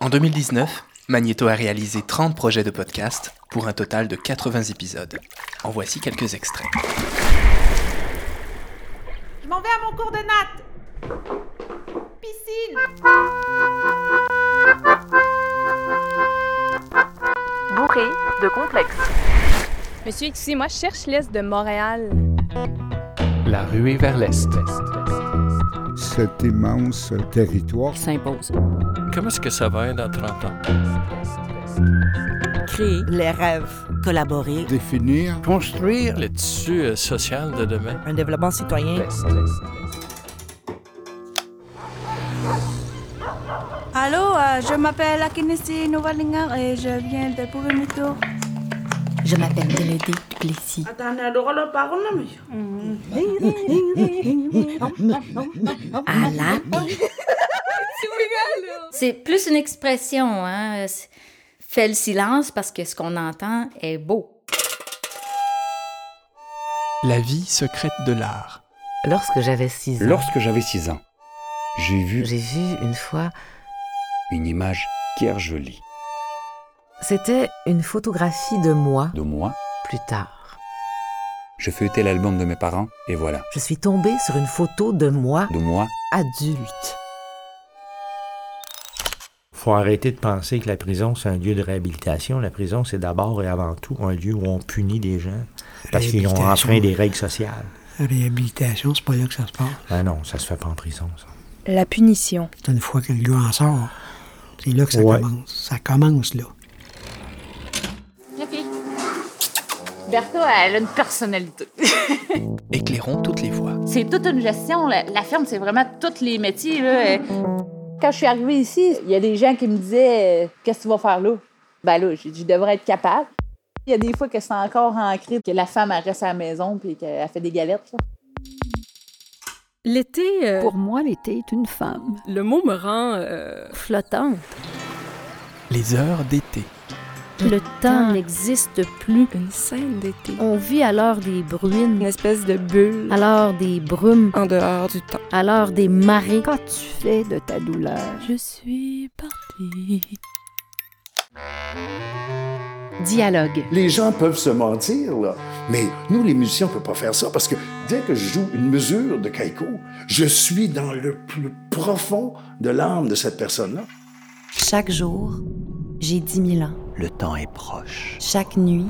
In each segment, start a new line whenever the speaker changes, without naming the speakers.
En 2019, Magneto a réalisé 30 projets de podcast pour un total de 80 épisodes. En voici quelques extraits.
Je m'en vais à mon cours de natte. Piscine.
bourré de complexes.
Monsieur excusez moi, je cherche l'Est de Montréal.
La ruée vers l'Est.
cet immense territoire.
s'impose.
Comment est-ce que ça va être dans 30 ans?
Créer
les rêves,
collaborer,
Définir
Construire le tissu euh, social de demain.
un développement citoyen.
Allô, euh, je m'appelle Akinesi Novalingan et je viens de Pouvemito.
Je m'appelle Mélodie Plessis.
à la
C'est plus une expression, hein. C'est- Fais le silence parce que ce qu'on entend est beau.
La vie secrète de l'art.
Lorsque j'avais 6 ans,
Lorsque j'avais 6 ans, j'ai vu
j'ai vu une fois,
une image guère jolie
c'était une photographie de moi
de moi.
plus tard.
Je feuilletais l'album de mes parents et voilà,
Je suis tombée sur une photo de moi
de moi,
adulte.
Faut arrêter de penser que la prison, c'est un lieu de réhabilitation. La prison, c'est d'abord et avant tout un lieu où on punit des gens parce qu'ils ont
Réhabilitation.
enfreint des règles sociales.
Réhabilitation, c'est pas là que ça se passe.
Ah non, ça se fait pas en prison, ça.
La punition.
C'est une fois que le gars en sort. C'est là que ça
Ouais.
commence. Ça commence là.
Bertha, elle a une personnalité.
Éclairons toutes les voies.
C'est toute une gestion. La, la ferme, c'est vraiment tous les métiers. Là. Euh, Quand je suis arrivée ici, il y a des gens qui me disaient euh, Qu'est-ce que tu vas faire là Ben là, j'ai dit, je devrais être capable. Il y a des fois que c'est encore ancré que la femme elle reste à la maison puis qu'elle fait des galettes. là.
L'été, euh,
Pour moi, l'été est une femme.
le mot me rend euh,
Flottante.
Les heures d'été.
Le temps n'existe plus.
une scène d'été.
On vit à l'heure des
Une
bruines,
espèce de bulle
à l'heure des brumes,
en dehors du temps.
à l'heure des marées.
Quand tu fais de ta douleur,
Je suis partie.
Dialogue.
Les gens peuvent se mentir, là. Mais nous, les musiciens, on peut pas faire ça parce que dès que je joue une mesure de Kaiko, je suis dans le plus profond de l'âme de cette personne-là.
chaque jour, j'ai dix mille ans.
le temps est proche.
Chaque nuit,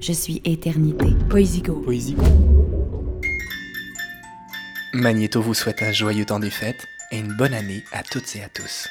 je suis éternité.
Poésigo.
Poésie. Magneto vous souhaite un joyeux temps des fêtes et une bonne année à toutes et à tous.